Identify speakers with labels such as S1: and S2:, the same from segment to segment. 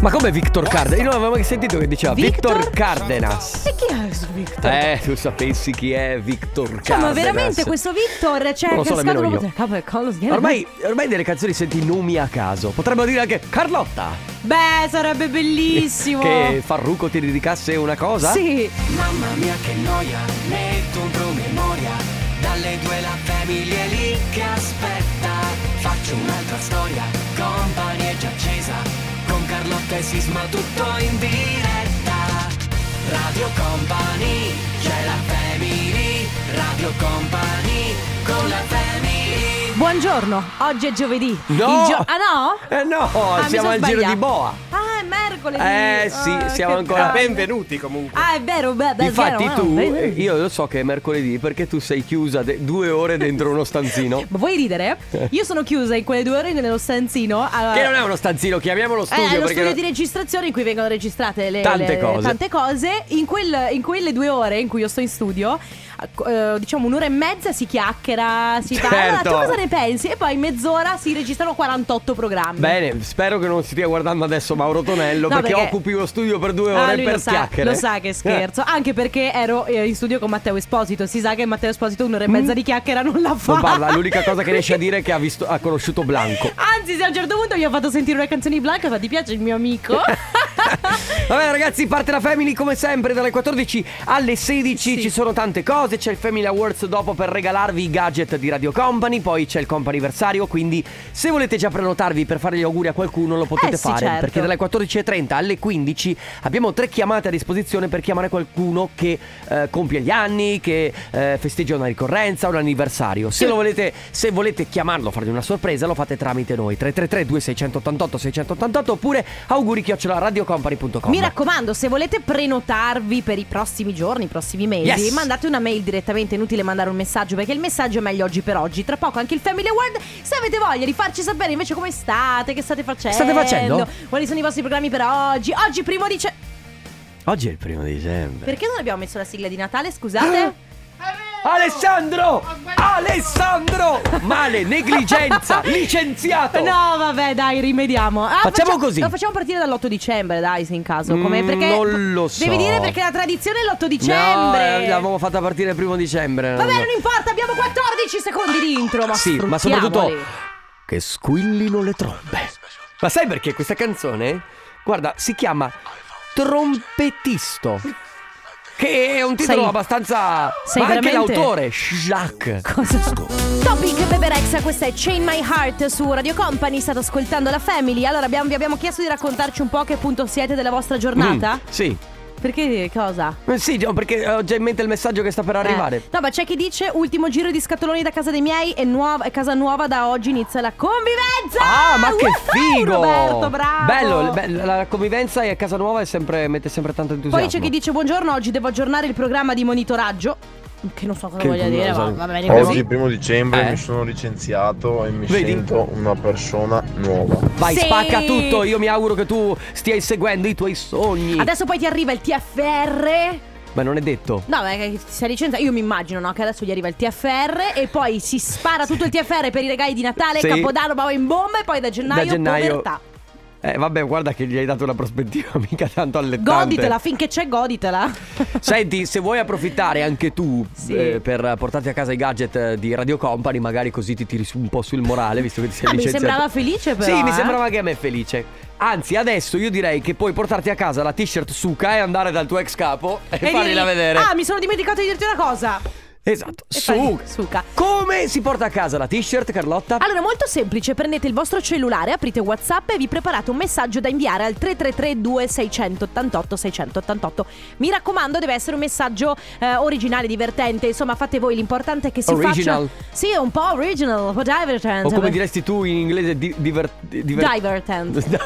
S1: Ma come Victor Cardenas? Io non avevo mai sentito che diceva Victor,
S2: Victor?
S1: Cardenas.
S2: E chi è questo Victor?
S1: Eh, tu sapessi chi è Victor Cardenas.
S2: Cioè, ma veramente questo Victor c'è
S1: Non lo so
S2: cascato
S1: nemmeno
S2: proprio
S1: io.
S2: dal capo del collo sghiera-
S1: Ormai, ormai delle canzoni senti nomi a caso. Potremmo dire anche Carlotta.
S2: Beh, sarebbe bellissimo.
S1: Che Farruco ti ridicasse una cosa?
S2: Sì.
S3: Mamma mia che noia, metto un promemoria. Dalle due la famiglia è lì che aspetta. Faccio un'altra storia, company è già accesa. Con Carlotta e Sisma tutto in diretta. Radio Company, c'è la family. Radio Company, con la family.
S2: Buongiorno. Oggi è giovedì.
S1: No!
S2: Il gio- ah no?
S1: Eh no,
S2: Ah, mi
S1: siamo
S2: sono
S1: al giro
S2: sbagliata.
S1: di boa.
S2: Ah, è mercoledì.
S1: Eh, sì,
S2: Ah,
S1: siamo
S2: che
S1: ancora-
S2: palle.
S4: Benvenuti comunque.
S2: Ah, è vero, beh, beh, è
S1: Infatti
S2: vero,
S1: tu,
S2: no, è vero.
S1: io lo so che è mercoledì perché tu sei chiusa de- due ore dentro uno stanzino.
S2: Ma vuoi ridere? Io sono chiusa in quelle due ore nello stanzino. allora-
S1: Che non è uno stanzino, chiamiamolo
S2: Eh,
S1: studio
S2: è lo
S1: perché
S2: studio di registrazione in cui vengono registrate le,
S1: Tante
S2: le-
S1: cose.
S2: tante cose. In, quel- in quelle due ore in cui io sto in studio, eh, diciamo un'ora e mezza si chiacchiera, si parla.
S1: Certo.
S2: Tu cosa ne pensi? E poi in mezz'ora si registrano 48 programmi.
S1: Bene, spero che non stia guardando adesso Mauro Tonello
S2: No,
S1: perché,
S2: perché-
S1: occupi lo studio per due
S2: Ah,
S1: ore
S2: lui
S1: per
S2: lo sa,
S1: chiacchiere. Eh.
S2: lo sa che scherzo. Anche perché ero eh, in studio con Matteo Esposito. Si sa che Matteo Esposito un'ora e mezza di chiacchiera non la fa.
S1: Mm. Eh, Non parla, l'unica cosa che riesce a dire è che ha, visto- ha conosciuto Blanco.
S2: Anzi, se a un certo punto mi ha fatto sentire una canzone di Blanca, fa ti piace il mio amico?
S1: Vabbè ragazzi, parte la Family come sempre dalle 14 alle 16, ci sono tante cose, c'è il Family Awards dopo per regalarvi i gadget di Radio Company, poi c'è il comp'anniversario, quindi se volete già prenotarvi per fare gli auguri a qualcuno lo potete
S2: Eh sì,
S1: fare,
S2: certo.
S1: perché dalle 14.30 alle 15 abbiamo tre chiamate a disposizione per chiamare qualcuno che eh, compie gli anni, che eh, festeggia una ricorrenza, un anniversario. Se, lo volete, se volete chiamarlo, fargli una sorpresa, lo fate tramite noi, 333-2688-688 oppure auguri radiocompany.com.
S2: Mi raccomando, se volete prenotarvi per i prossimi giorni, i prossimi mesi,
S1: Yes.
S2: mandate una mail direttamente, è inutile mandare un messaggio perché il messaggio è meglio oggi per oggi. Tra poco anche il Family Award. Se avete voglia di farci sapere invece come state, che state facendo,
S1: State facendo?
S2: quali sono i vostri programmi per oggi. Oggi primo dice
S1: Oggi è il primo di dicembre.
S2: Perché non abbiamo messo la sigla di Natale, scusate?
S1: Alessandro! Alessandro! Male, negligenza, licenziato!
S2: No, vabbè, dai, rimediamo. Ah,
S1: Facciamo così.
S2: Lo facciamo partire dall'8 dicembre, dai, se in caso. Come,
S1: Mm,
S2: perché
S1: non lo so.
S2: Devi dire perché la tradizione è l'8
S1: No, eh,
S2: dicembre.
S1: l'avevamo fatta partire il primo dicembre.
S2: Vabbè,
S1: Eh, no.
S2: non importa, abbiamo 14 secondi di intro. Ma
S1: Sì, ma
S2: sfruttiamoli.
S1: soprattutto che squillino le trombe. Ma sai perché questa canzone? Guarda, si chiama Trompetisto. Che è un titolo
S2: Sei-
S1: abbastanza.
S2: sei
S1: ma anche
S2: veramente-
S1: l'autore, Shaq.
S2: Cosa? Topic Beberexa, questa è Chain My Heart su Radio Company. State ascoltando la Family. Allora, abbiamo- vi abbiamo chiesto di raccontarci un po' a che punto siete della vostra giornata.
S1: Mm, sì.
S2: Perché cosa?
S1: Eh, Sì, no, perché ho già in mente il messaggio che sta per arrivare.
S2: Eh, No, ma c'è chi dice ultimo giro di scatoloni da casa dei miei e nuova, e casa nuova da oggi inizia la convivenza.
S1: Ah, ma che
S2: Woohoo,
S1: figo!
S2: uh, Roberto, bravo.
S1: Bello, be- la convivenza e a casa nuova è sempre, mette sempre tanto entusiasmo.
S2: Poi c'è chi dice buongiorno, oggi devo aggiornare il programma di monitoraggio. Che non so cosa
S1: Che
S2: voglia
S1: non
S2: dire,
S1: lo so.
S2: ma va bene così.
S5: Oggi, primo dicembre,
S1: Eh.
S5: mi sono licenziato e mi
S1: Vedi?
S5: sento una persona nuova.
S1: Vai,
S2: Sì.
S1: spacca tutto. Io mi auguro che tu stia inseguendo i tuoi sogni.
S2: Adesso poi ti arriva il TFR.
S1: Ma non è detto.
S2: No, ma che ti sei licenziato. Io mi immagino, no? Che adesso gli arriva il TFR e poi si spara tutto il TFR per i regali di Natale,
S1: Sì.
S2: Capodanno, ma in bomba e poi da gennaio,
S1: gennaio-
S2: povertà.
S1: Eh, vabbè, guarda che gli hai dato una prospettiva mica tanto allettante.
S2: Goditela, finché c'è, goditela.
S1: Senti, se vuoi approfittare anche tu
S2: Sì.
S1: eh, per portarti a casa i gadget eh, di Radio Company, magari così ti tiri su un po' sul morale, visto che ti sei
S2: Ah, mi
S1: licenziato.
S2: sembrava felice però.
S1: Sì, mi
S2: eh.
S1: sembrava che a me felice. Anzi, adesso io direi che puoi portarti a casa la t-shirt Suka e andare dal tuo ex capo e,
S2: E
S1: fargliela
S2: dirgli,
S1: vedere.
S2: Ah, mi sono dimenticato di dirti una cosa.
S1: esatto.
S2: E
S1: Su.
S2: fargli- Suca.
S1: Come si porta a casa la t-shirt, Carlotta?
S2: Allora, molto semplice, prendete il vostro cellulare, aprite WhatsApp e vi preparate un messaggio da inviare al 333 2688 688. Mi raccomando, deve essere un messaggio eh, originale, divertente, insomma, fate voi, l'importante è che si
S1: Original.
S2: faccia Sì, è un po' original, un po' divertente.
S1: o come diresti tu in inglese di- diver- diver-
S2: Divertent. Do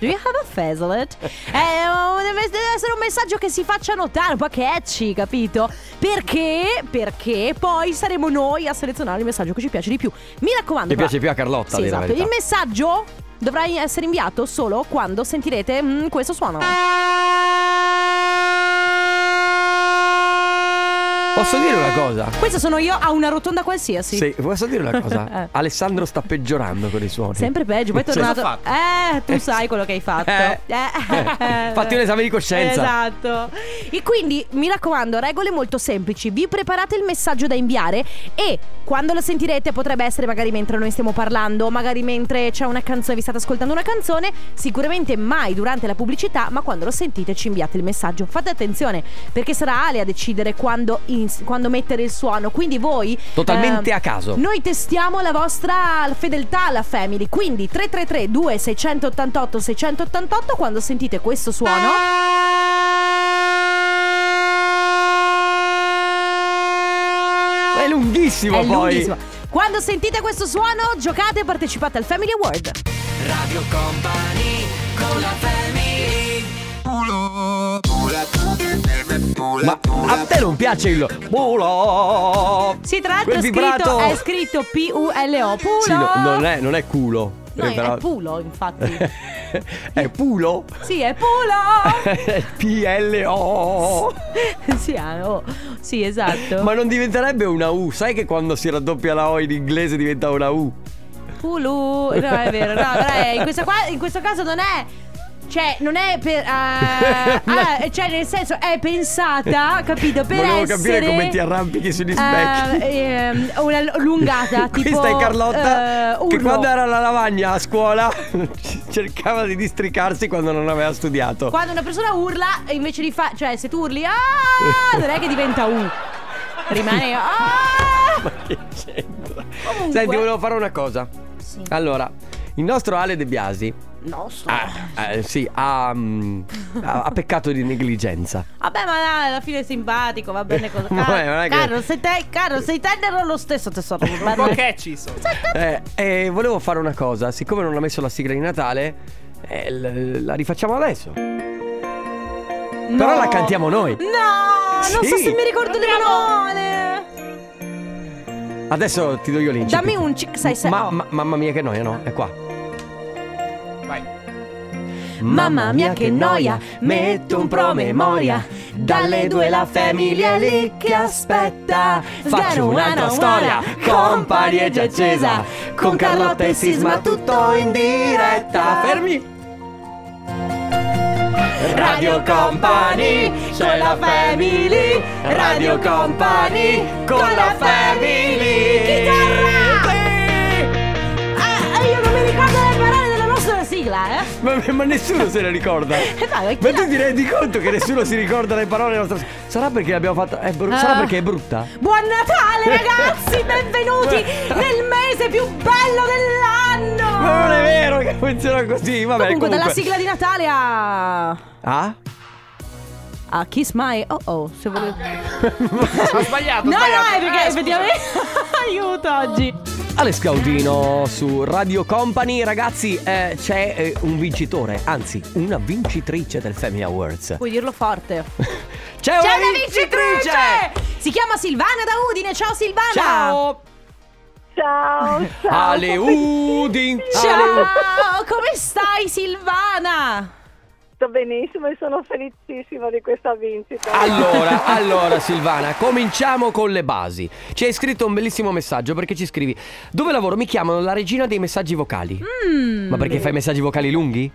S2: you have a facelet? Eh, oh, deve deve essere un messaggio che si faccia notare, un po' catchy, capito? Perché? Perché poi saremo noi a selezionare il messaggio che ci piace di più. Mi raccomando.
S1: Che
S2: però-
S1: piace più a Carlotta,
S2: Sì,
S1: a dire la
S2: esatto. Il
S1: verità.
S2: messaggio dovrà essere inviato solo quando sentirete mm, questo suono.
S1: Posso dire una cosa?
S2: Questa sono io a una rotonda qualsiasi.
S1: Sì, posso dire una cosa?
S2: Eh.
S1: Alessandro sta peggiorando con i suoni.
S2: Sempre peggio, poi è
S1: Sì.
S2: tornato.
S1: Cioè, Cosa ha
S2: Eh, tu sai quello che hai fatto.
S1: Eh. Eh. Fatti un esame di coscienza.
S2: Esatto. E quindi mi raccomando, regole molto semplici. Vi preparate il messaggio da inviare e quando lo sentirete potrebbe essere magari mentre noi stiamo parlando, magari mentre c'è una canzone, vi state ascoltando una canzone, sicuramente mai durante la pubblicità, ma quando lo sentite ci inviate il messaggio. Fate attenzione perché sarà Ale a decidere quando, ins- quando mettere il suono, quindi voi
S1: Totalmente
S2: eh,
S1: a caso.
S2: noi testiamo la vostra fedeltà alla family, quindi 333 2688 688 quando sentite questo suono
S1: È lunghissimo
S2: è
S1: poi.
S2: lunghissimo. Quando sentite questo suono giocate e partecipate al Family Award.
S3: Radio Company con la family
S1: Ma a te non piace il pulo?
S2: Sì, tra l'altro
S1: Quel
S2: è
S1: vibrato-
S2: scritto, è scritto P-U-L-O. Pulo.
S1: Sì, no, non, è, non è culo.
S2: No,
S1: Eh,
S2: è-
S1: però-
S2: è pulo, infatti.
S1: è pulo?
S2: sì, è pulo.
S1: P-L-O.
S2: sì, ah, oh. sì, esatto.
S1: Ma non diventerebbe una U. Sai che quando si raddoppia la O in inglese diventa una U?
S2: Pulu. No, è vero. No, però è- in, questo qua- in questo caso non è. Cioè, non è per. ah,
S1: No.
S2: ah, cioè, nel senso, è pensata, capito? Per
S1: Volevo capire
S2: essere,
S1: come ti arrampichi sugli
S2: ah,
S1: specchi.
S2: ehm, una lungata. tipo,
S1: Questa è Carlotta
S2: eh,
S1: che
S2: uno.
S1: quando era alla lavagna a scuola cercava di districarsi quando non aveva studiato.
S2: Quando una persona urla, invece di fare. Cioè, se tu urli. Ah! Non è che diventa U. Rimane. Ah!
S1: Che c'entra?
S2: Comunque-
S1: Senti, volevo fare una cosa.
S2: Sì.
S1: Allora, il nostro Ale De Biasi
S2: Nostro.
S1: ah, eh, sì, ha, mm, ha- ha peccato di negligenza.
S2: Vabbè, ma dai, alla fine è simpatico, va bene cosa.
S1: Ma
S2: Car-
S1: non è che-
S2: Carlo, sei te- Carlo, sei tenero lo stesso tesoro. Va bene.
S4: catchy sono.
S1: Eh, eh, volevo fare una cosa, siccome non ha messo la sigla di Natale, eh, l- la rifacciamo adesso. Però
S2: No.
S1: la cantiamo noi.
S2: No, non
S1: Sì.
S2: so se mi ricordo le parole.
S1: Adesso ti do io l'incipit.
S2: Dammi un 5, 6, 7.
S1: Ma- ma- mamma mia che noia, no? È qua.
S4: Vai.
S2: Mamma mia che noia, metto un promemoria. Dalle due la famiglia è lì che aspetta.
S1: Faccio un'altra storia, compagni è già accesa. Con Carlotta e Sisma tutto in diretta. Fermi! Radio Company con la family. Radio Company con la family.
S2: Chitarra! Ah, io non mi ricordo le parole della nostra sigla, eh.
S1: Ma, ma nessuno se ne ricorda.
S2: dai, chi
S1: ma
S2: la-
S1: tu ti rendi conto che nessuno si ricorda le parole della nostra. Sarà perché l'abbiamo fatta. È bru- Sarà
S2: Ah.
S1: perché è brutta?
S2: Buon Natale ragazzi, benvenuti nel mese più bello dell'anno!
S1: Ma non è vero che funziona così. Vabbè, comunque,
S2: comunque, dalla sigla di Natale a...
S1: Ah?
S2: a Kiss My... Oh oh, se volete...
S6: Ah,
S4: Ho sbagliato.
S2: No, no,
S4: ho sbagliato.
S2: è perché
S4: Eh,
S2: effettivamente... Aiuto oggi!
S1: Alex Gaudino su Radio Company, ragazzi eh, c'è eh, un vincitore, anzi una vincitrice del Family Awards.
S2: Puoi dirlo forte.
S1: C'è,
S2: C'è una vincitrice! Si chiama Silvana da Udine, ciao Silvana!
S1: Ciao!
S6: Ciao, ciao.
S1: Ale uh. Udi!
S2: Ciao, come stai Silvana?
S6: Sto benissimo e sono felicissima di questa vincita.
S1: Allora, allora Silvana, cominciamo con le basi. Ci hai scritto un bellissimo messaggio perché ci scrivi Dove lavoro? Mi chiamano la regina dei messaggi vocali.
S2: Hmm.
S1: Ma perché fai messaggi vocali lunghi?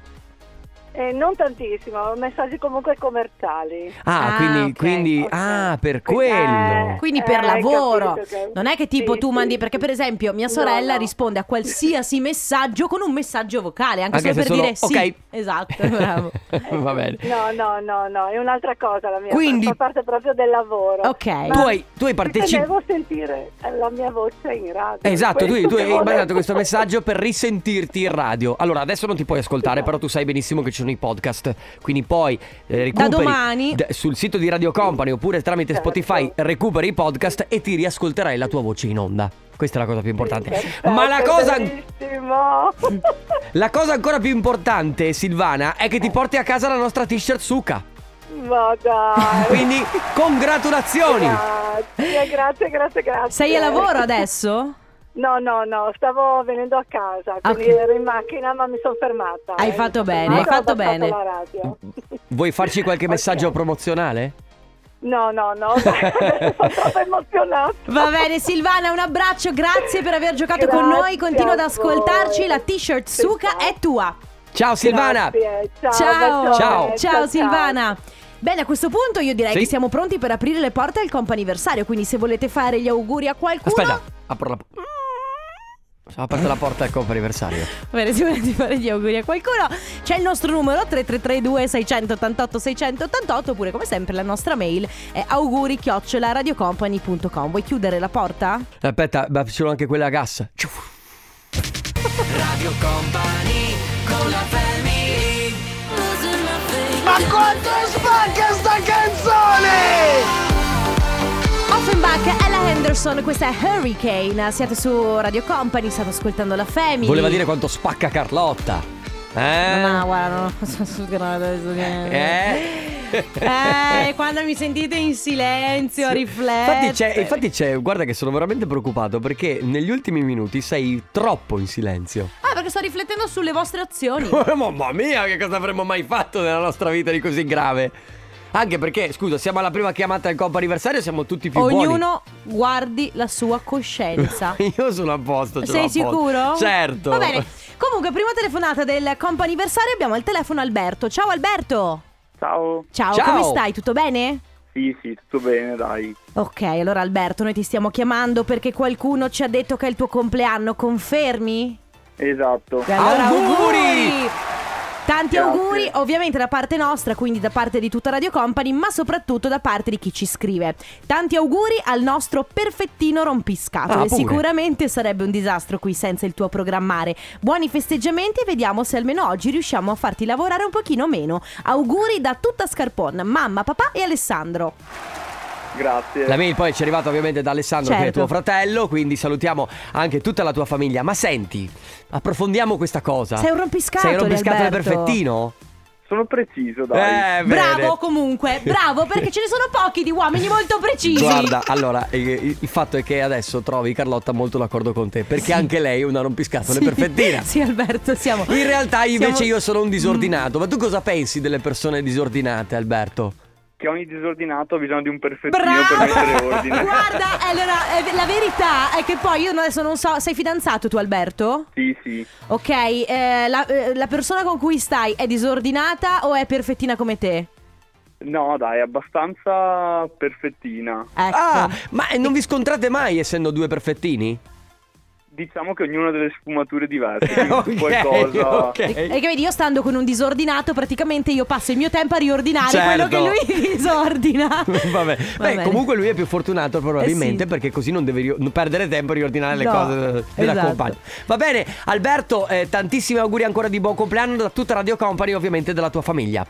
S6: Eh, non tantissimo, messaggi comunque commerciali.
S1: Ah,
S2: Ah,
S1: quindi,
S2: ok,
S1: quindi
S6: ok.
S1: ah, per
S6: Eh,
S1: quello.
S2: Quindi per
S6: Eh, hai
S2: lavoro.
S6: capito che-
S2: Non è che tipo
S6: Sì,
S2: tu
S6: sì,
S2: mandi
S6: sì.
S2: perché per esempio mia sorella
S6: no.
S2: risponde a qualsiasi messaggio con un messaggio vocale, anche,
S1: Anche
S2: solo per
S1: se
S2: dire
S1: solo-
S2: sì.
S1: ok.
S2: Esatto, bravo.
S1: Va bene.
S6: No, no, no, no, è un'altra cosa la mia.
S1: Quindi-
S6: Fa parte proprio del lavoro.
S2: Ok.
S1: Tu hai, tu hai partecipato.
S6: Devo sentire la mia voce in radio.
S1: Esatto, tu,
S6: Questo
S1: tu hai
S6: volevo.
S1: mandato questo messaggio per risentirti in radio. Allora, adesso non ti puoi ascoltare, però tu sai benissimo che ci sono i podcast. Quindi poi eh, recuperi
S2: domani.
S1: d- sul sito di Radio Company oppure tramite
S6: Certo.
S1: Spotify recuperi i podcast e ti riascolterai la tua voce in onda. Questa è la cosa più importante.
S6: Perfetto,
S1: Ma la cosa,
S6: bellissimo.
S1: la cosa ancora più importante, Silvana, è che ti porti a casa la nostra t-shirt Suka.
S6: Ma dai.
S1: Quindi, congratulazioni!
S6: Grazie, grazie, grazie, grazie.
S2: Sei a lavoro adesso?
S6: No, no, no, stavo venendo a casa,
S2: Ah,
S6: quindi
S2: ok.
S6: ero in macchina ma mi sono fermata.
S2: Hai
S6: Eh,
S2: fatto
S6: mi sono
S2: bene, hai
S6: fermata,
S2: fatto
S6: ho abbassato
S2: bene.
S6: la radio.
S1: Vuoi farci qualche
S6: Ok.
S1: messaggio promozionale?
S6: No, no, no, sono troppo emozionato.
S2: Va bene Silvana, un abbraccio, grazie per aver giocato con
S6: Grazie
S2: noi, continua ad
S6: a
S2: ascoltarci,
S6: voi.
S2: la t-shirt Suka è tua.
S1: Ciao Silvana!
S6: Grazie, Ciao,
S2: Ciao.
S6: bacione,
S1: Ciao.
S2: Ciao Silvana. Bene, a questo punto io direi
S1: Sì.
S2: che siamo pronti per aprire le porte al comp'anniversario, quindi se volete fare gli auguri a qualcuno... Mm.
S1: Aspetta, apro la porta. Ho aperto la porta ecco, al coppa anniversario.
S2: Va bene, se volete fare gli auguri a qualcuno, c'è il nostro numero 3332 688 688 oppure come sempre la nostra mail è auguri radiocompany.com. Vuoi chiudere la porta?
S1: Aspetta, ma ci sono anche quelle a gas.
S2: Offenbach, Ella Henderson, questa è Hurricane. Siete su Radio Company, state ascoltando la Family.
S1: Voleva dire quanto spacca Carlotta. Eh?
S2: No, no, guarda, non posso suonare adesso.
S1: Eh?
S2: Eh, quando mi sentite in silenzio, riflettere.
S1: Infatti c'è, infatti c'è, guarda che sono veramente preoccupato perché negli ultimi minuti sei troppo in silenzio.
S2: Ah, perché sto riflettendo sulle vostre azioni.
S1: Mamma mia, che cosa avremmo mai fatto nella nostra vita di così grave? Anche perché, scusa, siamo alla prima chiamata del Coppa Anniversario, siamo tutti più buoni.
S2: Ognuno guardi la sua coscienza.
S1: Io sono a posto, ce l'ho
S2: Sei
S1: a posto.
S2: sicuro?
S1: Certo.
S2: Va bene. Comunque, prima telefonata del comp anniversario abbiamo al telefono Alberto. Ciao Alberto.
S7: Ciao,
S2: Ciao,
S1: Ciao.
S2: come stai? Tutto bene?
S7: sì sì, tutto bene dai.
S2: Ok, allora Alberto, noi ti stiamo chiamando perché qualcuno ci ha detto che è il tuo compleanno, confermi?
S7: Esatto,
S2: E allora,
S1: Auguri!
S2: Tanti
S7: Grazie.
S2: auguri, ovviamente da parte nostra, quindi da parte di tutta Radio Company, ma soprattutto da parte di chi ci scrive. Tanti auguri al nostro perfettino rompiscatole.
S1: Ah, pure.
S2: Sicuramente sarebbe un disastro qui senza il tuo programmare. Buoni festeggiamenti e vediamo se almeno oggi riusciamo a farti lavorare un pochino meno. Auguri da tutta Scarpon, mamma, papà e Alessandro.
S7: grazie.
S1: La mail poi ci è arrivata ovviamente da Alessandro che è
S2: Certo.
S1: tuo fratello, quindi salutiamo anche tutta la tua famiglia. Ma senti, approfondiamo questa cosa.
S2: Sei un rompiscatole,
S1: Ah. Sei un rompiscatole
S2: Alberto.
S1: perfettino?
S7: Sono preciso dai.
S1: Eh, bene.
S2: Bravo comunque, bravo perché ce ne sono pochi di uomini molto precisi.
S1: Guarda, allora, eh, il, fatto è che adesso trovi Carlotta molto d'accordo con te, perché anche lei è una rompiscatole
S2: Sì.
S1: perfettina.
S2: Sì, Alberto, siamo.
S1: In realtà invece
S2: siamo- Mm.
S1: io sono un disordinato, ma tu cosa pensi delle persone disordinate, Alberto?
S7: Che ogni disordinato ha bisogno di un perfettino
S2: Bravo!
S7: per mettere ordine.
S2: Guarda, allora, eh, la verità è che poi io adesso non so, sei fidanzato tu Alberto?
S7: Sì sì,
S2: Ok, eh, la, eh, la persona con cui stai è disordinata o è perfettina come te?
S7: no dai, abbastanza perfettina.
S2: Ecco.
S1: Ah, ma eh, non vi scontrate mai essendo due perfettini?
S7: Diciamo che ognuno ha delle sfumature diverse, quindi
S1: Ok,
S7: qualcosa...
S1: ok.
S2: E che vedi, io stando con un disordinato, praticamente io passo il mio tempo a riordinare
S1: Certo.
S2: quello che lui disordina.
S1: Vabbè.
S2: Va
S1: Beh,
S2: bene.
S1: comunque lui è più fortunato probabilmente
S2: Eh sì.
S1: perché così non deve ri- non perdere tempo a riordinare le
S2: No,
S1: cose della
S2: esatto.
S1: compagna. Va bene, Alberto, eh, tantissimi auguri ancora di buon compleanno da tutta Radio Company e ovviamente dalla tua famiglia.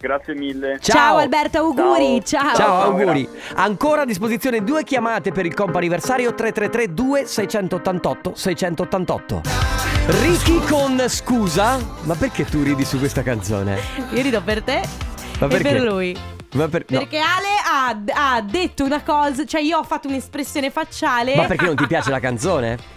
S7: Grazie mille.
S2: Ciao, Alberto, auguri. Ciao.
S1: Ciao,
S7: Ciao,
S1: auguri.
S7: grazie.
S1: Ancora a disposizione due chiamate per il compa anniversario 333 2688 688. Ricky con scusa, ma perché tu ridi su questa canzone?
S2: Io rido per te
S1: Ma
S2: e
S1: perché?
S2: per lui.
S1: Ma per- no.
S2: Perché Ale ha, ha detto una cosa, cioè io ho fatto un'espressione facciale.
S1: Ma perché non ti piace la canzone?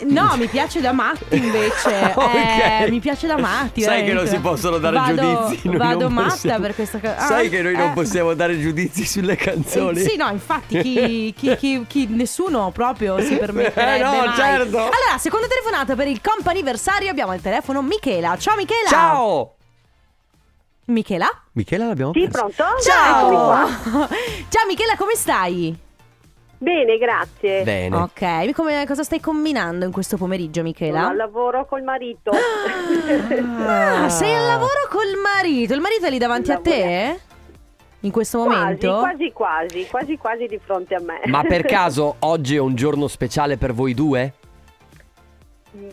S2: No, mi piace da matti invece.
S1: Ok.
S2: eh, mi piace da matti.
S1: Sai
S2: veramente.
S1: che non si possono dare
S2: Vado-
S1: giudizi. noi
S2: Vado
S1: non
S2: matta
S1: possiamo-
S2: per questa cosa.
S1: Sai che noi non
S2: eh,
S1: possiamo dare giudizi sulle canzoni.
S2: eh, sì, no, infatti, chi, chi- chi- chi- nessuno proprio si permetterebbe
S1: Eh, no,
S2: mai.
S1: certo.
S2: Allora, seconda telefonata per il comp'anniversario abbiamo al telefono Michela. Ciao Michela.
S1: Ciao!
S2: Michela.
S1: Michela l'abbiamo
S6: Sì,
S1: persa.
S6: pronto? Eccomi
S2: Ciao.
S6: qua.
S2: Ciao Michela, come stai?
S6: Bene, grazie.
S1: Bene.
S2: Ok, come- cosa stai combinando in questo pomeriggio Michela?
S6: Sono al lavoro col marito.
S2: Ah, sei al lavoro col marito. Il marito è lì davanti a te? In questo
S6: quasi,
S2: momento?
S6: quasi, quasi, quasi, quasi di fronte a me.
S1: Ma per caso oggi è un giorno speciale per voi due?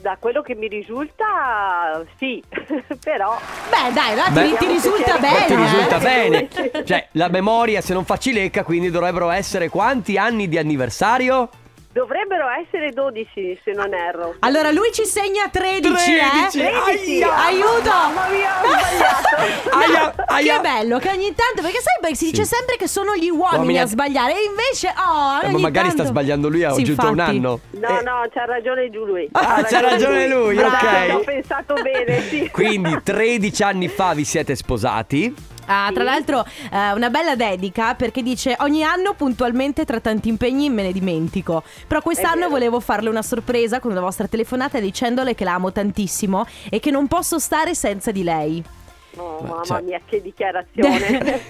S6: Da quello che mi risulta, sì, però...
S2: Beh, dai, là, ti-
S1: Beh,
S2: ti, risulta
S6: ti
S2: bene.
S1: Ti risulta
S2: eh?
S1: bene. Cioè, la memoria se non fa cilecca, quindi dovrebbero essere quanti anni di anniversario?
S6: Dovrebbero essere 12 se non erro.
S2: Allora lui ci segna 13, eh?
S1: 13. Aia. Ah,
S2: Aiuto!
S6: Mamma mia, ho
S1: Eh.
S6: sbagliato.
S2: No,
S1: Aia, aia.
S2: Che bello che ogni tanto, perché sai, beh, si dice
S1: Sì.
S2: sempre che sono gli uomini,
S1: Uomini
S2: a
S1: a-
S2: sbagliare, e invece, oh,
S1: Eh, ma
S2: ogni
S1: magari
S2: tanto-
S1: sta sbagliando lui, ha
S2: Sì,
S1: aggiunto un
S2: infatti.
S1: anno.
S6: No,
S1: Eh,
S6: no, c'ha ragione giù lui.
S1: Ah, c'ha ragione lui,
S6: Bravo,
S1: ok.
S6: Ho pensato bene, sì.
S1: Quindi 13 anni fa vi siete sposati.
S2: Ah, tra
S6: Sì.
S2: l'altro eh, una bella dedica perché dice ogni anno puntualmente tra tanti impegni me ne dimentico, però quest'anno
S6: vero.
S2: volevo farle una sorpresa con una vostra telefonata dicendole che la amo tantissimo e che non posso stare senza di lei.
S6: Oh,
S1: Beh,
S6: mamma
S1: cioè-
S6: mia, che dichiarazione!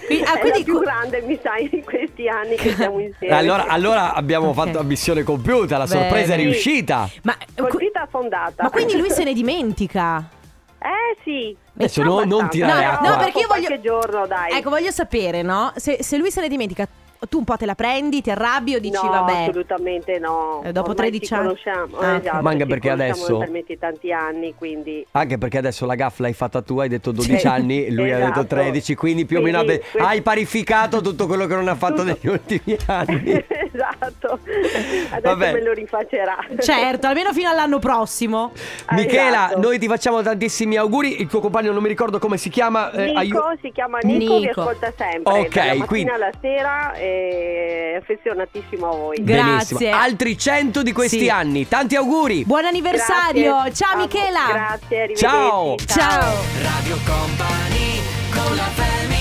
S2: Qui- ah,
S6: è
S2: quindi
S6: la più
S2: co-
S6: grande, mi sai, di questi anni che siamo insieme.
S1: Allora, ah. allora abbiamo
S2: Ok.
S1: fatto missione compiuta, la
S2: Bene.
S1: sorpresa è
S6: Sì.
S1: riuscita.
S2: Ma, eh,
S6: Colpita affondata.
S2: ma quindi lui se ne dimentica?
S6: Eh sì.
S1: Adesso no- non
S6: Abbastanza.
S1: tirare
S2: No,
S1: acqua.
S2: no, perché io voglio-
S6: Qualche giorno, dai.
S2: Ecco, voglio sapere, no? Se, se lui se ne dimentica, tu un po' te la prendi, ti arrabbi o dici
S6: no,
S2: vabbè.
S6: assolutamente no.
S2: Eh, dopo
S6: Ormai
S2: 13
S6: ci
S2: anni.
S6: conosciamo,
S2: Ah.
S6: eh, esatto,
S1: Ma anche
S6: ci
S1: perché
S6: conosciamo
S1: adesso-
S6: talmente tanti anni, quindi
S1: Anche perché adesso la gaff l'hai fatta tu, hai detto 12
S2: Sì.
S1: anni, e lui ha
S6: Esatto.
S1: detto 13, quindi più o meno
S6: Quindi
S1: abbe-
S6: questo-
S1: hai parificato tutto quello che non ha fatto
S6: Tutto.
S1: negli ultimi anni.
S6: esatto. Adesso
S1: Vabbè.
S6: me lo rifacerà.
S2: Certo, almeno fino all'anno prossimo.
S6: Ah,
S1: Michela,
S6: esatto.
S1: noi ti facciamo tantissimi auguri. Il tuo compagno non mi ricordo come si chiama. eh,
S6: Nico
S1: aiu-
S6: si chiama Nico, vi
S2: Nico.
S6: ascolta sempre.
S1: Ok,
S6: dalla mattina
S1: quindi-
S6: alla sera è affezionatissimo a voi.
S1: Benissimo.
S2: Grazie.
S1: Altri 100 di questi
S2: Sì.
S1: anni. Tanti auguri.
S2: Buon anniversario!
S6: Grazie.
S2: Ciao Michela!
S6: Grazie, arrivederci.
S1: Ciao.
S2: Ciao!
S3: Radio Company con la family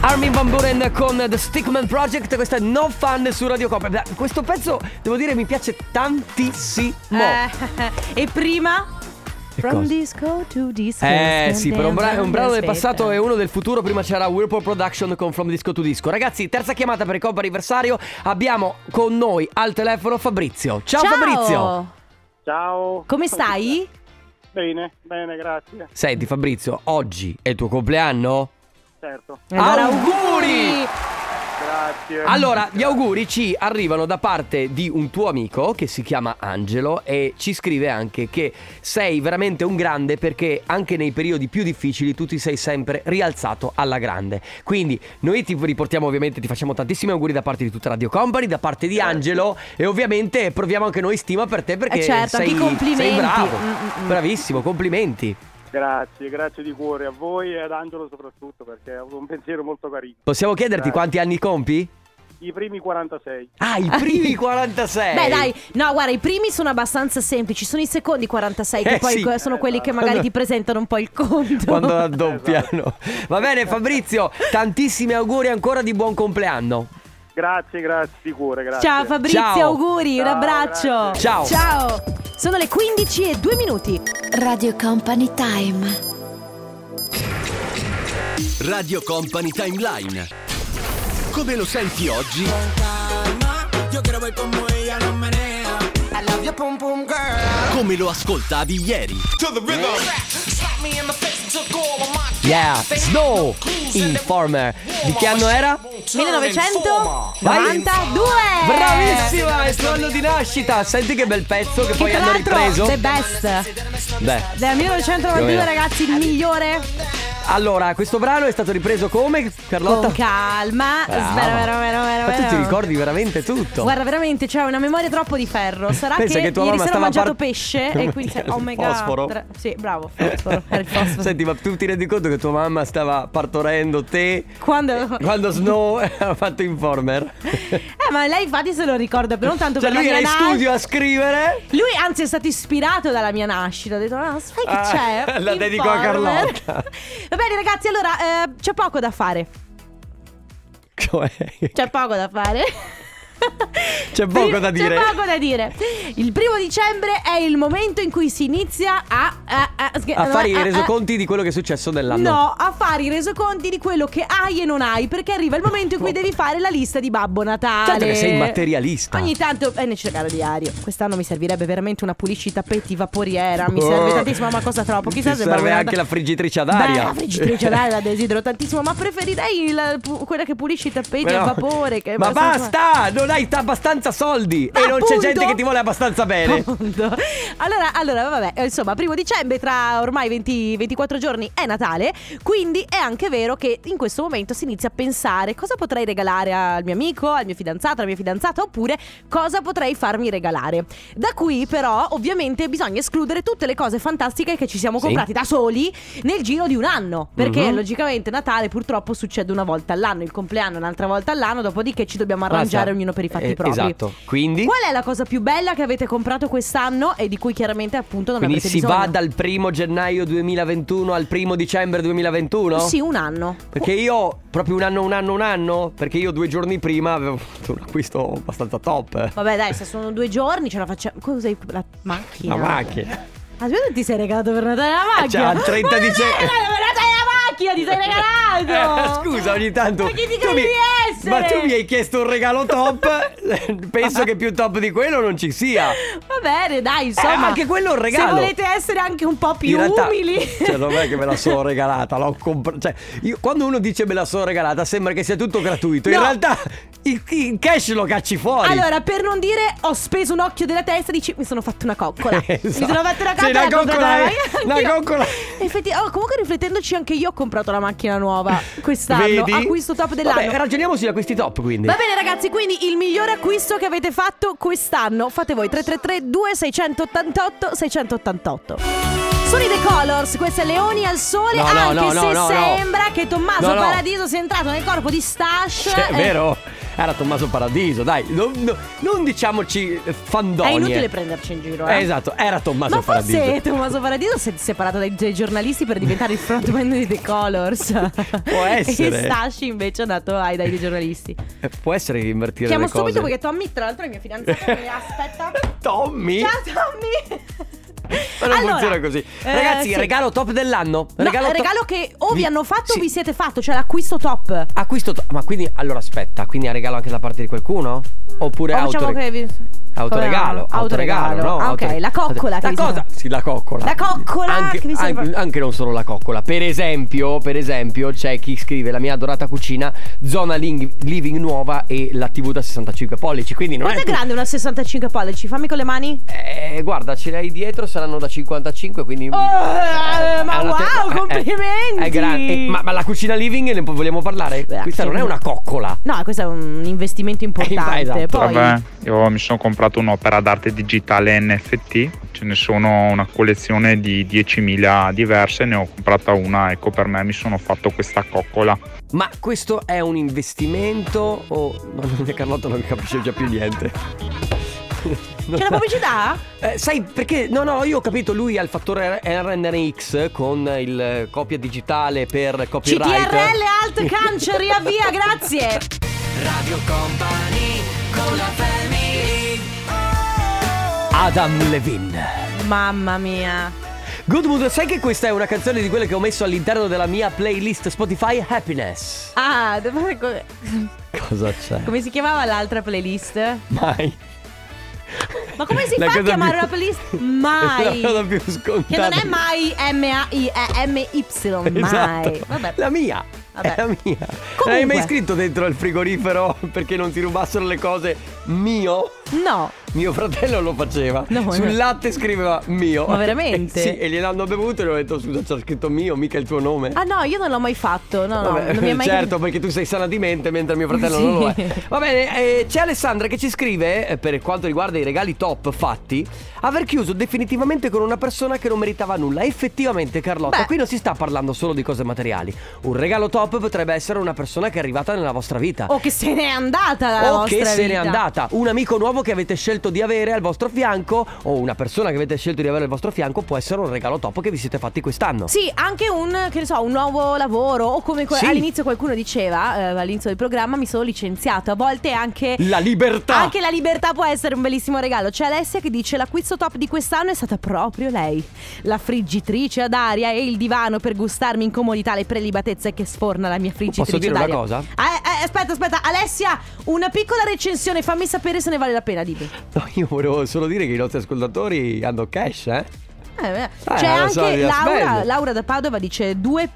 S1: Armin Van Buren con The Stickman Project. Questa è No Fun su Radio Copa. Beh, Questo pezzo, devo dire, mi piace tantissimo.
S2: Eh, e prima?
S1: Che
S2: From
S1: cosa?
S2: disco to disco.
S1: Eh sì, però un, bra- un brano del passato e uno del futuro. Prima c'era Whirlpool Production con From Disco to Disco. Ragazzi, terza chiamata per il Coppa Anniversario. Abbiamo con noi al telefono Fabrizio. Ciao, Fabrizio.
S7: Ciao.
S2: Come stai?
S7: Bene, bene, grazie.
S1: Senti Fabrizio, oggi è il tuo compleanno?
S7: Certo,
S2: Eh,
S1: Allora, auguri!
S7: grazie.
S1: Allora, gli auguri ci arrivano da parte di un tuo amico che si chiama Angelo e ci scrive anche che sei veramente un grande perché anche nei periodi più difficili tu ti sei sempre rialzato alla grande. Quindi noi ti riportiamo ovviamente, ti facciamo tantissimi auguri da parte di tutta Radio Company, da parte di Angelo e ovviamente proviamo anche noi stima per te perché
S2: Eh certo,
S1: sei,
S2: anche i complimenti.
S1: sei bravo,
S2: Mm, mm, mm.
S1: bravissimo, complimenti.
S7: Grazie, grazie di cuore a voi e ad Angelo soprattutto perché ha avuto un pensiero molto carino.
S1: Possiamo chiederti
S7: Grazie.
S1: quanti anni compi?
S7: I primi 46.
S1: Ah, i primi 46.
S2: Beh dai, no guarda i primi sono abbastanza semplici, sono i secondi 46 che
S1: Eh,
S2: poi
S1: sì.
S2: que- sono
S7: Eh,
S2: quelli che
S7: esatto.
S2: magari ti presentano un po' il conto.
S1: Quando raddoppiano. Certo. Esatto. Va bene Fabrizio, tantissimi auguri ancora di buon compleanno.
S7: Grazie, grazie di cuore, grazie.
S2: Ciao Fabrizio,
S1: Ciao.
S2: auguri, un
S7: Ciao,
S2: abbraccio.
S7: grazie.
S1: Ciao.
S2: Ciao. Sono le 15 e 2 minuti.
S8: Radio Company Time.
S3: Radio Company Timeline Come lo senti oggi? Come lo ascoltavi ieri?
S1: Yeah, Snow Informer. Di che anno era?
S2: 1992.
S1: Bravissima, è il suo anno di nascita. Senti che bel pezzo che,
S2: Che
S1: poi
S2: tra
S1: hanno
S2: l'altro
S1: ripreso.
S2: The Best
S1: Beh,
S2: Del
S1: Più o
S2: 1992
S1: meno.
S2: ragazzi il migliore
S1: allora, questo brano è stato ripreso come Carlotta?
S2: Con calma
S1: Brava.
S2: Spera, vera, vera, vera,
S1: Ma tu
S2: vera.
S1: ti ricordi veramente tutto?
S2: Guarda veramente c'è una memoria troppo di ferro Sarà
S1: Pensa
S2: che,
S1: che tua
S2: ieri
S1: mamma
S2: sera
S1: stava
S2: ho mangiato
S1: par-
S2: pesce E quindi se- oh my god
S1: Fosforo.
S2: Tra- Sì bravo fosforo Era il fosforo
S1: Senti, ma tu ti rendi conto che tua mamma stava partorendo te
S2: Quando...
S1: quando Snow ha fatto Informer?
S2: Eh ma lei infatti se lo ricorda però non tanto
S1: Cioè
S2: per
S1: lui
S2: la
S1: era
S2: mia
S1: in
S2: nas-
S1: studio a scrivere
S2: Lui anzi è stato ispirato dalla mia nascita, ha detto "Ah, sai che
S1: Ah,
S2: c'è?
S1: la
S2: Informer."
S1: dedico a Carlotta.
S2: Va bene ragazzi, allora eh, c'è poco da fare.
S1: Cioè,
S2: C'è poco da fare.
S1: C'è poco da dire.
S2: C'è poco da dire. Il primo dicembre è il momento in cui si inizia a. A, a-
S1: a fare
S2: a-
S1: i
S2: a-
S1: resoconti di quello che è successo nell'anno.
S2: No, a fare i resoconti di quello che hai e non hai. Perché arriva il momento in cui devi fare la lista di Babbo Natale.
S1: Certo che sei materialista.
S2: Ogni tanto eh, è necessario diario. Quest'anno mi servirebbe veramente una pulisci tappetti vaporiera. Mi serve
S1: Oh.
S2: tantissimo, ma costa troppo. Chissà
S1: Ti
S2: se
S1: serve
S2: Babbo Natale-
S1: anche la friggitrice ad aria.
S2: Beh, la friggitrice ad aria la desidero tantissimo, ma preferirei la- pu- quella che pulisce i tappeti
S1: Ma
S2: a
S1: no.
S2: vapore. Che
S1: Ma basta! Non hai t- abbastanza soldi! e non c'è
S2: Appunto.
S1: gente che ti vuole abbastanza bene.
S2: Appunto. Allora, allora, vabbè, eh, insomma, primo dicembre, tra ormai 20 24 giorni è Natale, quindi è anche vero che in questo momento si inizia a pensare cosa potrei regalare al mio amico, al mio fidanzato, alla mia fidanzata, oppure cosa potrei farmi regalare. Da qui, però, ovviamente bisogna escludere tutte le cose fantastiche che ci siamo
S1: Sì.
S2: comprati da soli nel giro di un anno, perché
S1: Mhm.
S2: logicamente Natale purtroppo succede una volta all'anno, il compleanno un'altra volta all'anno, dopodiché ci dobbiamo
S1: Basta.
S2: arrangiare ognuno per i fatti
S1: Eh,
S2: propri.
S1: Esatto. Quindi,
S2: Qual è la cosa più bella che avete comprato quest'anno e di cui chiaramente appunto non
S1: quindi
S2: avete
S1: si
S2: bisogno?
S1: va dal primo gennaio 2021 al primo dicembre 2021?
S2: Sì, un anno.
S1: Perché io proprio un anno, un anno, un anno? Perché io due giorni prima avevo fatto un acquisto abbastanza top.
S2: Vabbè, dai, se sono due giorni ce la facciamo. Cosa hai? La macchina.
S1: La macchina.
S2: Aspetta, ti sei regalato per Natale la
S1: Eh,
S2: macchina.
S1: già, il 30
S2: Ma non è
S1: dicembre.
S2: regalato per Natale la macchina, ti sei regalato.
S1: Eh, scusa, ogni tanto.
S2: Ma chi ti
S1: tu
S2: credi
S1: mi-
S2: di essere?
S1: Ma tu mi hai chiesto un regalo top. Penso che più top di quello non ci sia.
S2: Va bene, dai, insomma.
S1: Eh, anche quello è un regalo.
S2: Se volete essere anche un po' più
S1: In realtà,
S2: umili.
S1: Cioè, non è che me la sono regalata, l'ho comprata. Cioè, io- quando uno dice me la sono regalata, sembra che sia tutto gratuito. In
S2: No.
S1: realtà, il, il cash lo cacci fuori.
S2: Allora, per non dire ho speso un occhio della testa, dici mi sono fatto una coccola. Mi
S1: Esatto.
S2: sono fatto una
S1: Sì,
S2: coccola.
S1: una
S2: ho comprato
S1: coccola, eh.
S2: macchina.
S1: Una
S2: Anch'io.
S1: coccola.
S2: Effetti, oh, comunque riflettendoci anche io ho comprato la macchina nuova quest'anno.
S1: Vedi?
S2: Acquisto top dell'anno.
S1: Vabbè, ragioniamo sugli acquisti top, quindi.
S2: Va bene ragazzi, quindi il migliore acquisto che avete fatto quest'anno, fate voi 333 2688 688. Sono i The Colors, questo è Leoni al sole,
S1: No, no,
S2: anche
S1: no, no,
S2: se
S1: no, no.
S2: sembra che Tommaso
S1: No, no.
S2: Paradiso sia entrato nel corpo di Stash.
S1: Cioè, è
S2: Eh,
S1: vero. Era Tommaso Paradiso, dai. Non, non- non diciamoci eh,
S2: È
S1: fandonie.
S2: inutile prenderci in giro.
S1: Eh,
S2: Eh.
S1: Esatto, era Tommaso
S2: Ma
S1: Paradiso.
S2: forse Tommaso Paradiso si è separato dai, dai giornalisti per diventare il frontman di The Colors.
S1: Può essere.
S2: E Stash invece è andato ai dai dei giornalisti.
S1: Eh, Può essere che invertire
S2: Chiamo
S1: le cose.
S2: subito perché Tommy, tra l'altro, è mia fidanzata che mi aspetta.
S1: Tommy?
S2: Ciao Tommy!
S1: Ma non
S2: Allora,
S1: funziona così.
S2: eh,
S1: Ragazzi,
S2: sì.
S1: regalo top dell'anno.
S2: No, regalo,
S1: to-
S2: che o vi, hanno fatto
S1: Sì.
S2: o vi siete fatto, cioè l'acquisto top.
S1: Acquisto to- Ma quindi, allora aspetta, quindi è regalo anche da parte di qualcuno? Oppure
S2: O
S1: auto...
S2: diciamo che vi...
S1: Autoregalo,
S2: Come no?
S1: autoregalo, no?
S2: Ah, ok,
S1: Autore-
S2: la coccola.
S1: La
S2: che vi
S1: cosa?
S2: siete-
S1: Sì, la coccola.
S2: La coccola
S1: Anche,
S2: che vi siete-
S1: anche- anche non solo la coccola. Per esempio, per esempio, c'è chi scrive la mia adorata cucina, zona ling- living nuova e la TV da 65 pollici. Quindi non
S2: Quanto è
S1: tu-
S2: grande una 65 pollici? Fammi con le mani.
S1: Eh, guarda, ce l'hai dietro, saranno da 55, quindi...
S2: Oh,
S1: Eh,
S2: ma
S1: è una
S2: wow, complimenti!
S1: È, è grande. Eh, Ma, ma la cucina living ne po- vogliamo parlare?
S2: Beh,
S1: Questa non è una coccola.
S2: No, questo è un investimento importante.
S1: esatto.
S2: Poi,
S9: Vabbè, io mi sono comprato un'opera d'arte digitale NFT, ce ne sono una collezione di 10.000 diverse, ne ho comprata una, ecco per me mi sono fatto questa coccola.
S1: Ma questo è un investimento o... Mamma mia, Carlotta non capisce già più niente.
S2: c'è la pubblicità?
S1: Eh, sai perché? No, no, io ho capito, lui ha il fattore RNX con il eh, copia digitale per copyright.
S2: CTRL Alt Cancer, via via, grazie.
S3: Radio Company con la family
S1: Adam Levine.
S2: Mamma mia.
S1: Good Mood, sai che questa è una canzone di quelle che ho messo all'interno della mia playlist Spotify Happiness.
S2: Ah, devo-
S1: Cosa c'è?
S2: Come si chiamava l'altra playlist?
S1: Mai.
S2: Ma come si
S1: La
S2: fa a
S1: cosa
S2: chiamare
S1: più-
S2: una playlist?
S1: La cosa
S2: Mai.
S1: più scontata.
S2: Che non è mai M-A-I-E-M-Y. Mai.
S1: Esatto.
S2: Vabbè.
S1: La mia.
S2: Vabbè.
S1: È la mia. L'hai
S2: Comunque.
S1: mai scritto dentro al frigorifero perché non si rubassero le cose mio?
S2: No.
S1: Mio fratello lo faceva.
S2: No,
S1: Sul
S2: no.
S1: latte scriveva mio.
S2: Ma veramente?
S1: sì, e gliel'hanno bevuto e gli ho detto scusa, c'è scritto mio, mica il tuo nome.
S2: Ah no, io non l'ho mai fatto. No, no.
S1: Vabbè,
S2: non mi è mai
S1: certo, perché tu sei sana di mente mentre mio fratello
S2: Sì.
S1: non lo è. Va bene, eh, c'è Alessandra che ci scrive, eh, per quanto riguarda i regali top fatti, aver chiuso definitivamente con una persona che non meritava nulla. Effettivamente, Carlotta,
S2: Beh.
S1: qui non si sta parlando solo di cose materiali. Un regalo top potrebbe essere una persona che è arrivata nella vostra vita.
S2: O Oh, che se n'è andata la
S1: o
S2: vostra
S1: Oh, che se n'è
S2: vita.
S1: andata, un amico nuovo che avete scelto di avere al vostro fianco o una persona che avete scelto di avere al vostro fianco può essere un regalo top che vi siete fatti quest'anno.
S2: Sì, anche un, che ne so, un nuovo lavoro o come que-
S1: Esatto. Sì.
S2: all'inizio qualcuno diceva, eh, all'inizio del programma mi sono licenziato, a volte anche
S1: La libertà!
S2: Anche la libertà può essere un bellissimo regalo. C'è Alessia che dice l'acquisto top di quest'anno è stata proprio lei. La friggitrice ad aria e il divano per gustarmi in comodità le prelibatezze che sforna la mia friggitrice
S1: Posso dire
S2: ad
S1: una
S2: aria.
S1: cosa?
S2: Eh, eh, aspetta, aspetta, Alessia, una piccola recensione, fammi sapere se ne vale la pena, dimmi.
S1: No, io volevo solo dire che i nostri ascoltatori hanno cash, eh?
S2: Eh, eh.
S1: Eh,
S2: C'è
S1: lo so,
S2: anche
S1: la
S2: Laura,
S1: spendo.
S2: Laura da Padova dice due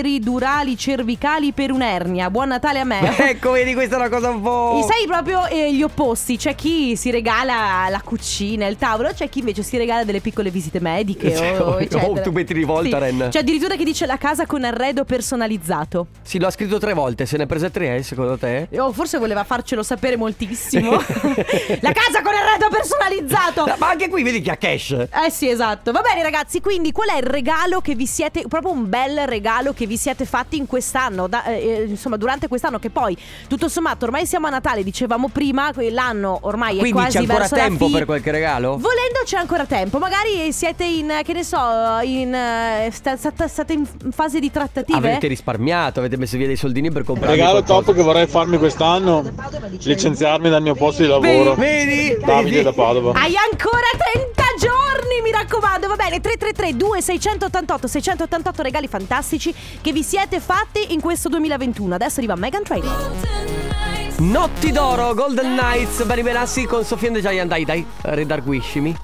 S2: peridurali cervicali per un'ernia. Buon Natale a me.
S1: ecco, vedi, questa è una cosa un po'.
S2: Eh. E sai proprio eh, gli opposti, c'è chi si regala la cucina, il tavolo, c'è chi invece si regala delle piccole visite mediche
S1: Cioè,
S2: o
S1: oh,
S2: eccetera.
S1: tu metti di Voltaren.
S2: Sì. C'è addirittura chi dice la casa con arredo personalizzato.
S1: Sì, l'ho scritto tre volte, se ne è presa tre, eh, secondo te?
S2: O forse voleva farcelo sapere moltissimo. la casa con arredo personalizzato!
S1: No, ma anche qui vedi che ha cash.
S2: Eh sì, esatto. Va bene, ragazzi. Quindi, qual è il regalo che vi siete. Proprio un bel regalo regalo che vi siete fatti in quest'anno, da- eh, eh, insomma durante quest'anno che poi tutto sommato ormai siamo a Natale, dicevamo prima, que- l'anno ormai è
S1: Quindi
S2: quasi
S1: c'è ancora
S2: verso la
S1: tempo
S2: fi-
S1: per qualche regalo?
S2: Volendo c'è ancora tempo, magari siete in, eh, che ne so, in, eh, sta- sta- state in fase di trattative.
S1: Avete risparmiato, avete messo via dei soldini per comprare
S7: Regalo
S1: qualcosa.
S7: top che vorrei farmi quest'anno, licenziarmi dal mio posto di lavoro.
S1: Vedi?
S7: Davide da Padova.
S2: Hai ancora 30 giorni, mi raccomando. Va bene, 333 2688 688 regali fantastici che vi siete fatti in questo 2021. Adesso arriva Megan Trainor.
S1: Notti d'oro, Golden Knights, Bari Benassi con Sofia and the Giant. Dai, dai, redarguiscimi.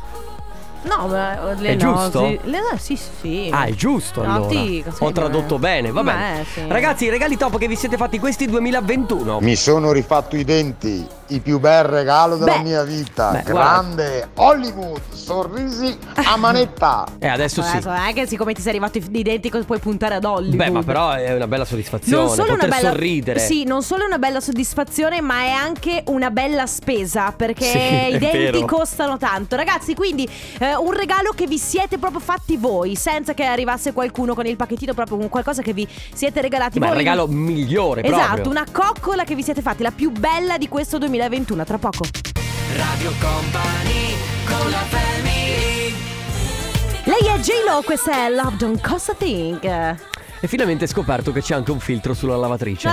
S2: No, ma eh, le
S1: È giusto?
S2: nosi- le no- sì, sì.
S1: Ah, è giusto allora.
S2: Notti,
S1: Ho
S2: sì,
S1: tradotto
S2: beh.
S1: bene, va bene.
S2: Beh, sì.
S1: Ragazzi, i regali top che vi siete fatti questi 2021.
S10: Mi sono rifatto i denti, il più bel regalo della
S2: Beh.
S10: mia vita.
S1: Beh,
S10: Grande Hollywood, sorrisi a manetta.
S1: Eh, adesso sì.
S2: Adesso, non è Ecco, che siccome ti sei arrivato i i denti puoi puntare ad Hollywood.
S1: Beh, ma però è una bella soddisfazione. poter sorridere.
S2: Sì, non solo una bella soddisfazione, ma è anche una bella spesa perché
S1: Sì, è
S2: i denti
S1: vero.
S2: costano tanto. Ragazzi, quindi eh, un regalo che vi siete proprio fatti voi, senza che arrivasse qualcuno con il pacchettino, proprio un qualcosa che vi siete regalati
S1: Ma è il
S2: voi.
S1: regalo migliore
S2: Esatto,
S1: proprio.
S2: una coccola che vi siete fatti, la più bella di questo 2021, tra poco. Lei è J-Lo, questa è Love Don't Cost a Thing.
S1: E finalmente scoperto che c'è anche un filtro sulla lavatrice.
S2: Ciao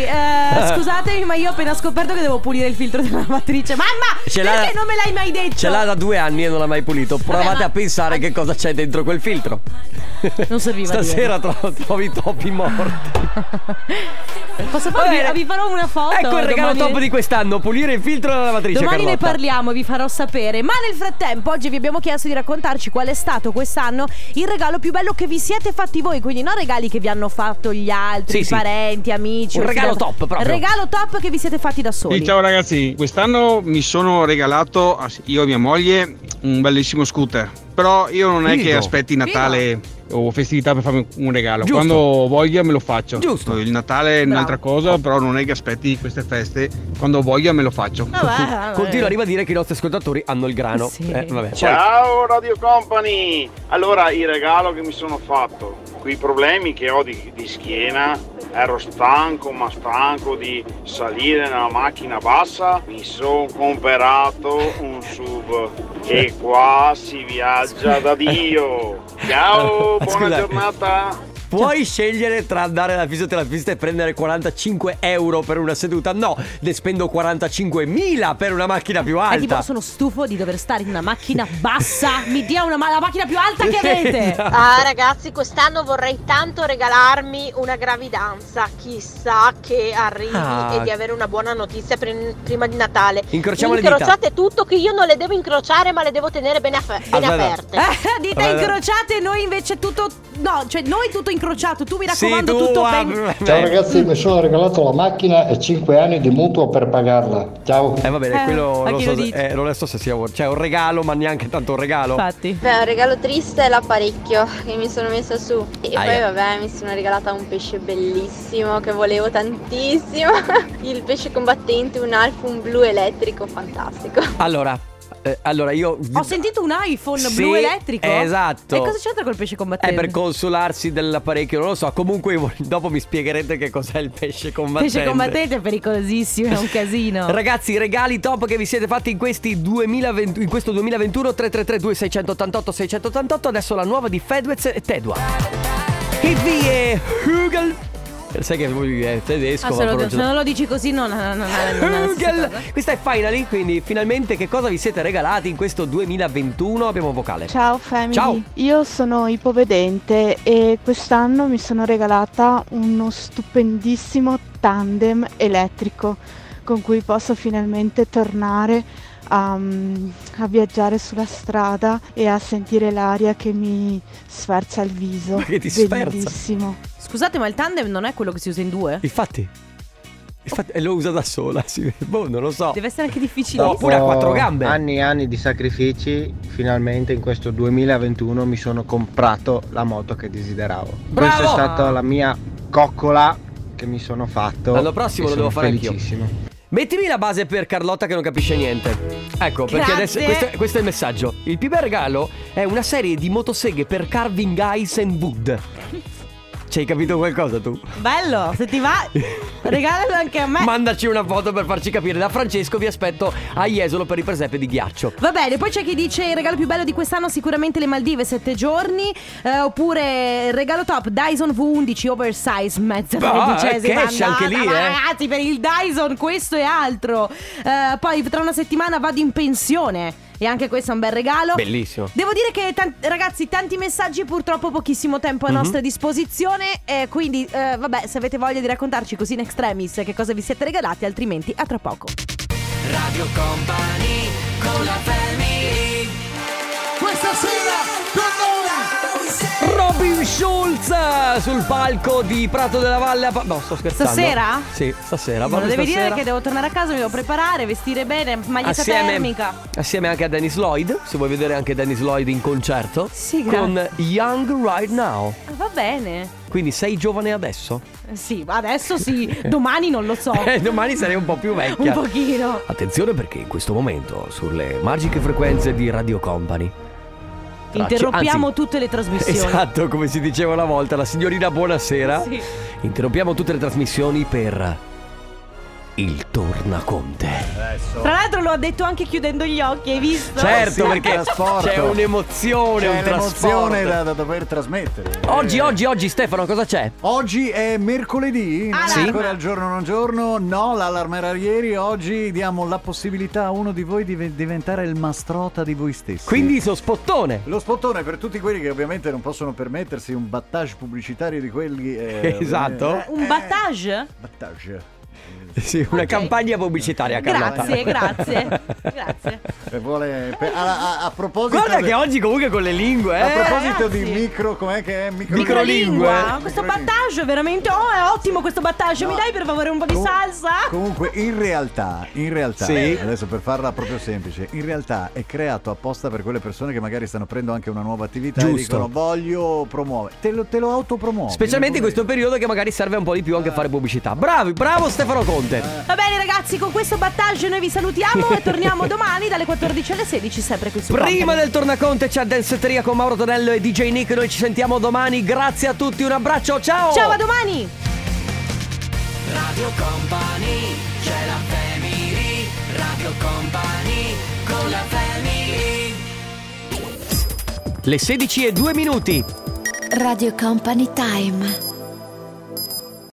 S2: eh, scusatemi, ma io ho appena scoperto che devo pulire il filtro della lavatrice. Mamma,
S1: Ce l'ha-
S2: perché non me l'hai mai detto?
S1: Ce l'ha da due anni e non l'ha mai pulito. Provate
S2: ma-
S1: a pensare che cosa c'è dentro quel filtro.
S2: Non serviva a
S1: Stasera tro- trovi i topi morti.
S2: Posso
S1: Va
S2: farvi,
S1: bene.
S2: vi farò una foto.
S1: Ecco il regalo
S2: domani-
S1: top di quest'anno: pulire il filtro della lavatrice.
S2: Domani ne
S1: Carlotta.
S2: parliamo, vi farò sapere. Ma nel frattempo, oggi vi abbiamo chiesto di raccontarci qual è stato quest'anno il regalo più bello che vi siete fatti voi. Quindi, non regali che vi hanno fatto gli altri,
S1: Sì, sì.
S2: parenti, amici.
S1: Un
S2: o
S1: regalo
S2: fidanzati.
S1: top, proprio. Diciamo
S2: Regalo top che vi siete fatti da soli.
S11: Sì, ciao ragazzi, quest'anno mi sono regalato ah, sì, io e mia moglie un bellissimo scooter, però io non è
S1: Figo.
S11: che aspetti Natale o festività per farmi un regalo,
S1: Giusto.
S11: quando voglia me lo faccio.
S1: Giusto.
S11: Il Natale è
S2: Bravo.
S11: un'altra cosa, però non è che aspetti queste feste, quando voglia me lo faccio.
S2: Vabbè, vabbè.
S1: Continua a ribadire che i nostri ascoltatori hanno il grano.
S2: Sì.
S1: Eh, vabbè.
S7: Ciao Radio Company! Allora, il regalo che mi sono fatto, quei problemi che ho di, di schiena, ero stanco ma stanco di salire nella macchina bassa, mi sono comperato un SUV e qua si viaggia da Dio! Ciao, buona
S1: Scusa.
S7: giornata!
S1: Puoi scegliere tra andare alla fisioterapista e prendere 45 euro per una seduta? No, ne spendo 45.000 per una macchina più
S2: Eh, tipo,
S1: alta.
S2: sono stufo di dover stare in una macchina bassa. Mi dia una ma- la macchina più alta che avete.
S1: Esatto.
S12: Ah ragazzi, quest'anno vorrei tanto regalarmi una gravidanza, chissà che arrivi
S1: Ah.
S12: e di avere una buona notizia prim- prima di Natale.
S1: Incrociamo le dita.
S12: Incrociate tutto che io non le devo incrociare ma le devo tenere bene, affe- bene
S1: Aspetta.
S12: aperte.
S2: Eh, dita
S1: Vabbè, vabbè.
S2: incrociate, noi invece tutto. No, cioè noi tutto incrociato. Tu mi
S1: Sì,
S2: raccomando,
S1: tu,
S2: tutto
S1: ah,
S2: ben.
S10: Ciao
S1: eh,
S10: ragazzi, mi sono regalato la macchina e 5 anni di mutuo per pagarla. Ciao.
S1: Eh va bene,
S2: Eh,
S1: quello
S2: a
S1: non
S2: chi
S1: so,
S2: lo
S1: se,
S2: dici?
S1: eh, non so se sia un- cioè, un regalo, ma neanche tanto un regalo.
S2: Infatti.
S12: Beh, un regalo triste è l'apparecchio che mi sono messa su. E
S1: Aia.
S12: poi vabbè, mi sono regalata un pesce bellissimo che volevo tantissimo. Il pesce combattente, un alfun blu elettrico, fantastico.
S1: Allora, eh, allora io...
S2: Ho sentito un iPhone
S1: Sì,
S2: blu elettrico.
S1: Esatto.
S2: E cosa c'entra col pesce
S1: È
S2: combattente?
S1: per consolarsi dell'apparecchio, non lo so. Comunque, io- dopo mi spiegherete che cos'è il pesce combattente.
S2: pesce combattente è pericolosissimo, è un casino.
S1: Ragazzi, regali top che vi siete fatti in, questi 2020 in questo 2021 3332 688 688 Adesso la nuova di Fedwez e Tedua Hivi e Hugel Sai che lui è tedesco
S2: Ah,
S1: ma
S2: se, lo,
S1: pronuncia-
S2: se non lo dici così, no, no, no, no, no, no, no, no,
S1: Hugel Questa è Finally, quindi finalmente che cosa vi siete regalati in questo 2021? Abbiamo un vocale
S12: Ciao family,
S1: Ciao.
S12: io sono ipovedente e quest'anno mi sono regalata uno stupendissimo tandem elettrico con cui posso finalmente tornare a, mm, a viaggiare sulla strada e a sentire l'aria che mi sferza il viso.
S1: Ma che ti sferza?
S12: Bellissimo.
S2: Scusate, ma il tandem non è quello che si usa in due?
S1: Infatti Infatti e lo usa da sola sì. Boh, non lo so
S2: Deve essere anche difficile.
S1: No, Oppure a quattro gambe
S10: Anni e anni di sacrifici, finalmente in questo 2021 mi sono comprato la moto che desideravo.
S1: Bravo!
S10: Questa è stata la mia coccola che mi sono fatto.
S1: L'anno prossimo
S10: e
S1: lo
S10: sono
S1: devo fare anch'io.
S10: felicissimo.
S1: Mettimi la base per Carlotta che non capisce niente. Ecco, perché adesso
S2: Grazie.
S1: questo, questo è il messaggio. Il più bel regalo è una serie di motoseghe per carving ice and wood. Ci hai capito qualcosa tu?
S2: Bello, se ti va, regalalo anche a me.
S1: Mandaci una foto per farci capire. Da Francesco vi aspetto a Jesolo per il presepe di ghiaccio.
S2: Va bene, poi c'è chi dice il regalo più bello di quest'anno sicuramente le Maldive, 7 giorni, eh, oppure regalo top Dyson V11 oversize, mezza
S1: Bah,
S2: tredicesima.
S1: cash anche
S2: andata
S1: lì, eh.
S2: avanti per il Dyson, questo e altro. Eh, poi tra una settimana vado in pensione. E anche questo è un bel regalo.
S1: Bellissimo.
S2: Devo dire che tan- ragazzi, tanti messaggi, purtroppo pochissimo tempo a
S1: Mhm.
S2: nostra disposizione. eh, quindi, eh, vabbè, se avete voglia di raccontarci così in extremis che cosa vi siete regalati, altrimenti a tra poco.
S3: Radio Company con la family. Questa sera con noi.
S1: Robin Schulz eh, sul palco di Prato della Valle. a Pa- no, sto scherzando.
S2: Stasera?
S1: Sì, stasera.
S2: Ma
S1: proprio
S2: devi dire
S1: stasera.
S2: che devo tornare a casa, mi devo preparare, vestire bene, maglietta termica.
S1: assieme anche a Dennis Lloyd, se vuoi vedere anche Dennis Lloyd in concerto,
S2: Sì, grazie.
S1: con Young Right Now.
S2: Ah, Va bene.
S1: Quindi sei giovane adesso?
S2: Eh, Sì, adesso sì, domani non lo so.
S1: Eh, domani sarei un po' più
S2: Un
S1: vecchia.
S2: pochino.
S1: Attenzione perché in questo momento sulle magiche frequenze di Radio Company Tracce-
S2: Interrompiamo
S1: anzi,
S2: tutte le trasmissioni.
S1: Esatto, come si diceva una volta, la signorina buonasera.
S2: Sì.
S1: Interrompiamo tutte le trasmissioni per il tornaconte.
S2: Tra l'altro lo ha detto anche chiudendo gli occhi, hai visto?
S1: Certo,
S13: sì,
S1: perché
S13: trasporto.
S1: c'è un'emozione,
S13: C'è
S1: un trasporto.
S13: l'emozione da, da dover trasmettere.
S1: Oggi, oggi, oggi, Stefano, cosa c'è?
S13: Oggi è mercoledì, non
S1: Sì.
S13: è ancora il giorno non giorno, no, l'allarme era ieri, oggi diamo la possibilità a uno di voi di ve- diventare il mastrota di voi stessi.
S1: Quindi sono spottone.
S13: Lo spottone per tutti quelli che ovviamente non possono permettersi un battage pubblicitario di quelli... eh,
S1: Esatto.
S13: eh,
S2: Un battage?
S13: battage.
S1: Sì, una campagna pubblicitaria, Eh, Carlotta.
S2: Grazie, grazie. grazie.
S13: Eh, vuole- per- a, a- a proposito...
S1: Guarda
S13: de-
S1: che oggi comunque con le lingue, eh.
S13: A proposito di
S2: ragazzi.
S13: micro, com'è che è? Micro...
S2: Microlingua. Questo
S13: Microlingue.
S2: battage veramente. Oh, è ottimo questo battage. Mi dai per favore un po' di
S13: Com-
S2: salsa?
S13: Comunque, in realtà, in realtà, eh,
S1: Sì.
S13: adesso per farla proprio semplice, in realtà è creato apposta per quelle persone che magari stanno prendendo anche una nuova attività
S1: Giusto.
S13: e dicono voglio promuovere. Te lo, te lo autopromuovi.
S1: Specialmente in
S13: non
S1: questo periodo che magari serve un po' di più anche fare pubblicità. Bravi, bravo Stefano Conte.
S2: Va bene ragazzi, con questo battage noi vi salutiamo e torniamo domani dalle 14 alle 16 sempre qui su
S1: Prima
S2: Company.
S1: del tornaconte c'è Danceteria con Mauro Tonello e DJ Nick. Noi ci sentiamo domani. Grazie a tutti, un abbraccio. Ciao.
S2: Ciao, a domani!
S3: Radio Company, c'è la family. Radio Company con la family.
S1: Le 16 e 2 minuti.
S8: Radio Company Time.